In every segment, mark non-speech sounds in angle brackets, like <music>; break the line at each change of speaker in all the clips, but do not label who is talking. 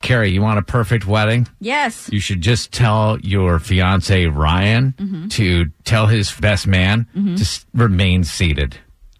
Carrie, you want a perfect wedding?
Yes.
You should just tell your fiance Ryan to tell his best man to s- remain seated.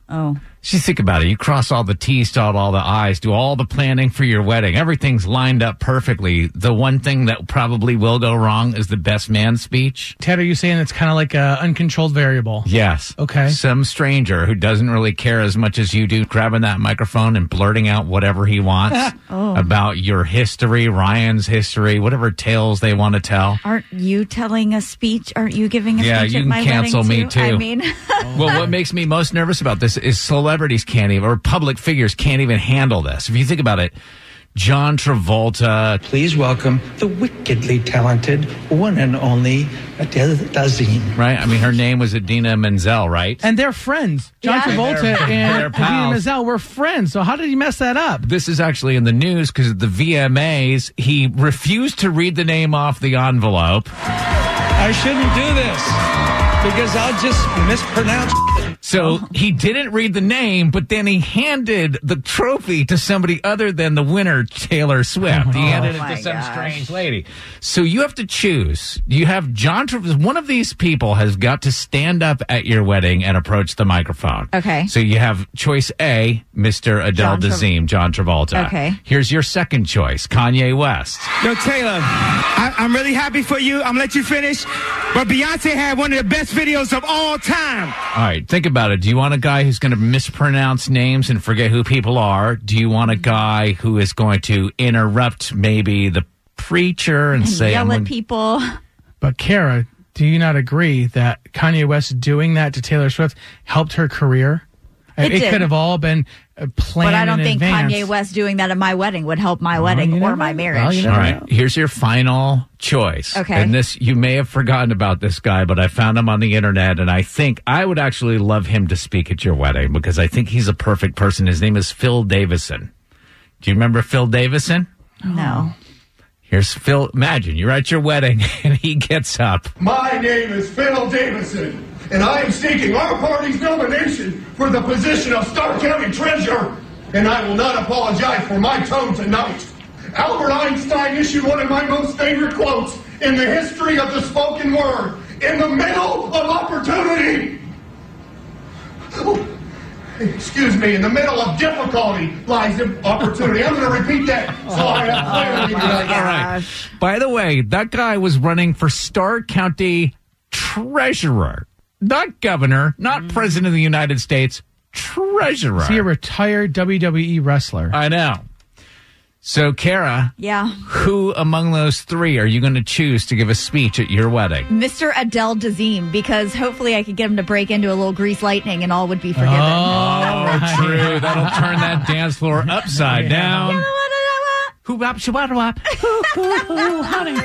Oh.
Just think about it. You cross all the T's, dot all the I's, do all the planning for your wedding. Everything's lined up perfectly. The one thing that probably will go wrong is the best man speech.
Ted, are you saying it's kind of like a uncontrolled variable?
Yes.
Okay.
Some stranger who doesn't really care as much as you do grabbing that microphone and blurting out whatever he wants about your history, Ryan's history, whatever tales they want to tell.
Aren't you telling a speech? Aren't you giving a
Yeah,
speech
you
at
can
my
cancel me,
wedding
too.
I mean, <laughs>
Well, what makes me most nervous about this is celebrities can't even, or public figures can't even handle this. If you think about it, John Travolta,
Please welcome the wickedly talented one and only Adele Dazeem.
right? I mean, her name was Adina Menzel, right?
And they're friends. John
Yeah.
Travolta
They're-
and
they're
Adina
pals.
Menzel were friends. So how did he mess that up?
This is actually in the news because at the VMAs, he refused to read the name off the envelope.
I shouldn't do this because I'll just mispronounce.
So
Oh.
he didn't read the name, but then he handed the trophy to somebody other than the winner, Taylor Swift. he handed
Oh
it
my
to some
gosh.
strange lady. So you have to choose. You have John Travolta. One of these people has got to stand up at your wedding and approach the microphone.
Okay.
So you have choice A, Mr. Adele
John Tra-
Dazeem, John Travolta.
Okay.
Here's your second choice, Kanye West.
Yo, Taylor, I, I'm really happy for you. I'm gonna let you finish. But Beyonce had one of the best videos of all time.
All right, think about it. Do you want a guy who's going to mispronounce names and forget who people are? Do you want a guy who is going to interrupt maybe the preacher and, say,
yell
I'm
at
gonna-
people.
But Kara, do you not agree that Kanye West doing that to Taylor Swift helped her career?
It did.
could have all been uh, planned.
But I don't
in
think
advance.
Kanye West doing that at my wedding would help my wedding
you
or
never
my
know.
marriage.
Well, you
All right, here's your final choice.
Okay.
And this, you may have forgotten about this guy, but I found him on the internet, and I think I would actually love him to speak at your wedding because I think he's a perfect person. His name is Phil Davison. Do you remember Phil Davison?
No.
Here's Phil. Imagine you're at your wedding <laughs> and he gets up.
My name is Phil Davidson, and I am seeking our party's nomination for the position of Stark County Treasurer, and I will not apologize for my tone tonight. Albert Einstein issued one of my most favorite quotes in the history of the spoken word in the middle of opportunity. Excuse me, in the middle of difficulty lies opportunity. I'm going to repeat that so I have clarity tonight.
<laughs> All right. By the way, that guy was running for Starr County treasurer, not governor, not president of the United States, treasurer.
Is he a retired WWE wrestler?
I know. So, Kara,
Yeah.
who among those three are you going to choose to give a speech at your wedding?
Mr. Adele Dazeem, because hopefully I could get him to break into a little grease lightning and all would be forgiven. <laughs>
Oh, true. That'll turn that dance floor upside down. Who wop, wop, wop.